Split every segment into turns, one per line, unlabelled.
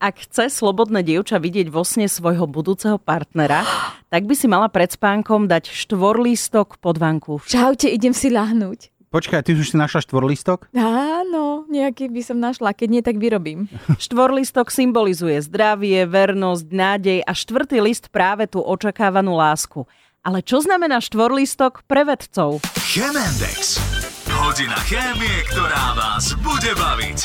Ak chce slobodné dievča vidieť vo sne svojho budúceho partnera, tak by si mala pred spánkom dať štvorlístok pod vanku.
Čaute, idem si ľahnúť.
Počkaj, ty už si našla štvorlistok?
Áno, nejaký by som našla, keď nie, tak vyrobím.
Štvorlistok symbolizuje zdravie, vernosť, nádej a štvrtý list práve tú očakávanú lásku. Ale čo znamená štvorlistok pre vedcov?
Chemendex. Hodina chémie, ktorá vás bude baviť.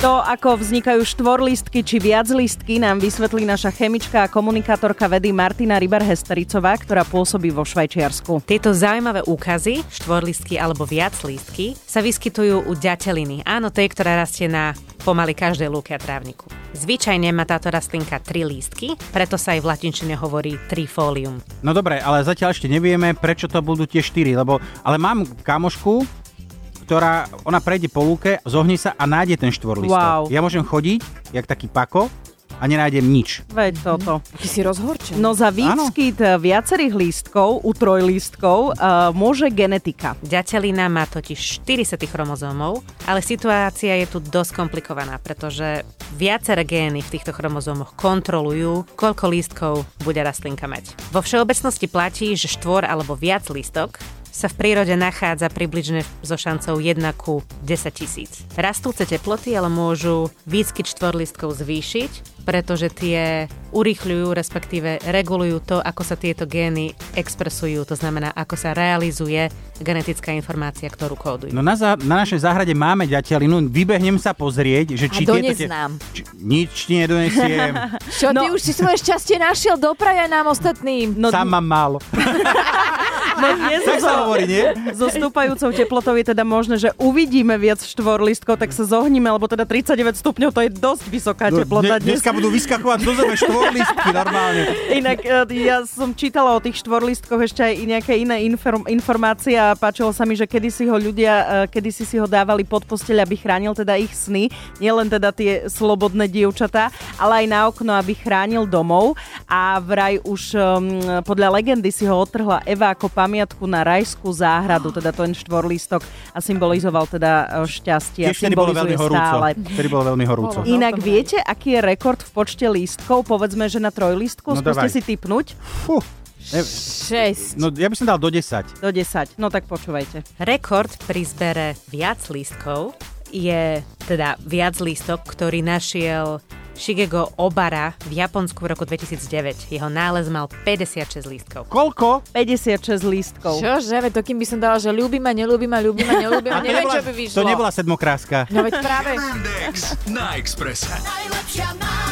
To, ako vznikajú štvorlistky či viaclistky, nám vysvetlí naša chemička a komunikátorka vedy Martina Rybar-Hestericová, ktorá pôsobí vo Švajčiarsku.
Tieto zaujímavé úkazy, štvorlistky alebo viaclistky, sa vyskytujú u ďateliny. Áno, tej, ktorá rastie na pomaly každej lúke a trávniku. Zvyčajne má táto rastlinka tri lístky, preto sa aj v latinčine hovorí trifolium.
No dobre, ale zatiaľ ešte nevieme, prečo to budú tie štyri, lebo... Ale mám kamošku, ktorá, ona prejde po lúke, zohne sa a nájde ten
Wow.
štvorlistok. Ja môžem chodiť, jak taký pako, a nenájdem nič.
Veď toto.
Ty si rozhorčený.
No za výskyt viacerých lístkov, u trojlístkov, uh, môže genetika.
Ďatelina má totiž 40 chromozómov, ale situácia je tu dosť komplikovaná, pretože viaceré gény v týchto chromozómoch kontrolujú, koľko lístkov bude rastlinka mať. Vo všeobecnosti platí, že štvor alebo viac lístok sa v prírode nachádza približne so šancou 1 ku 10 tisíc. Rastúce teploty ale môžu výskyt štvorlistkov zvýšiť, pretože tie urýchľujú, respektíve regulujú to, ako sa tieto gény expresujú, to znamená, ako sa realizuje genetická informácia, ktorú kódujú.
No na, za, na našej záhrade máme ďatelinu, vybehnem sa pozrieť, že
A
či tieto...
dones
Tie,
nám.
či, nič ti nedonesiem,
Čo, ty už si svoje šťastie našiel, dopraja nám ostatným.
No,
sám mám málo.
No dnes
Tak
so-
sa hovorí, nie?
so stúpajúcou teplotou je teda možné, že uvidíme viac štvorlistkov, tak sa zohníme, lebo teda 39 stupňov to je dosť vysoká teplota
No, dne-
dnes.
dneska budú vyskakovať do zeme štvorlistky normálne.
Inak e, ja som čítala o tých štvorlistkoch ešte aj i nejaké iné inform- informácie a páčilo sa mi, že kedysi ho ľudia, e, kedysi si ho dávali pod posteľ, aby chránil teda ich sny, nielen teda tie slobodné dievčatá, ale aj na okno, aby chránil domov a vraj už um, podľa legendy si ho odtrhla Eva ako pamiatku na rajskú záhradu, teda ten štvorlistok a symbolizoval teda e, šťastie. a
Tiež vtedy bolo veľmi
symbolizuje
horúco.
stále.
Vtedy bolo veľmi horúco.
Bolo.
Inak
No, to
viete, aký je rekord v počte lístkov? Povedzme, že na trojlistku.
No,
Skúste
davaj.
si typnúť
Fú, ne-
6.
no ja by som dal do 10.
do 10. No tak počúvajte.
Rekord pri zbere viac lístkov je teda viac lístok, ktorý našiel Shigego Obara v Japonsku v roku 2009. Jeho nález mal 56 lístkov.
Koľko?
56 lístkov.
Čože, veď to kým by som dala, že ľúbi ma, nelúbi ma, ľúbi ma, nelúbi ma, neviem, čo by vyšlo.
to nebola sedmokráska.
No veď práve.
Chemendex na Expresse.
Najlepšia má.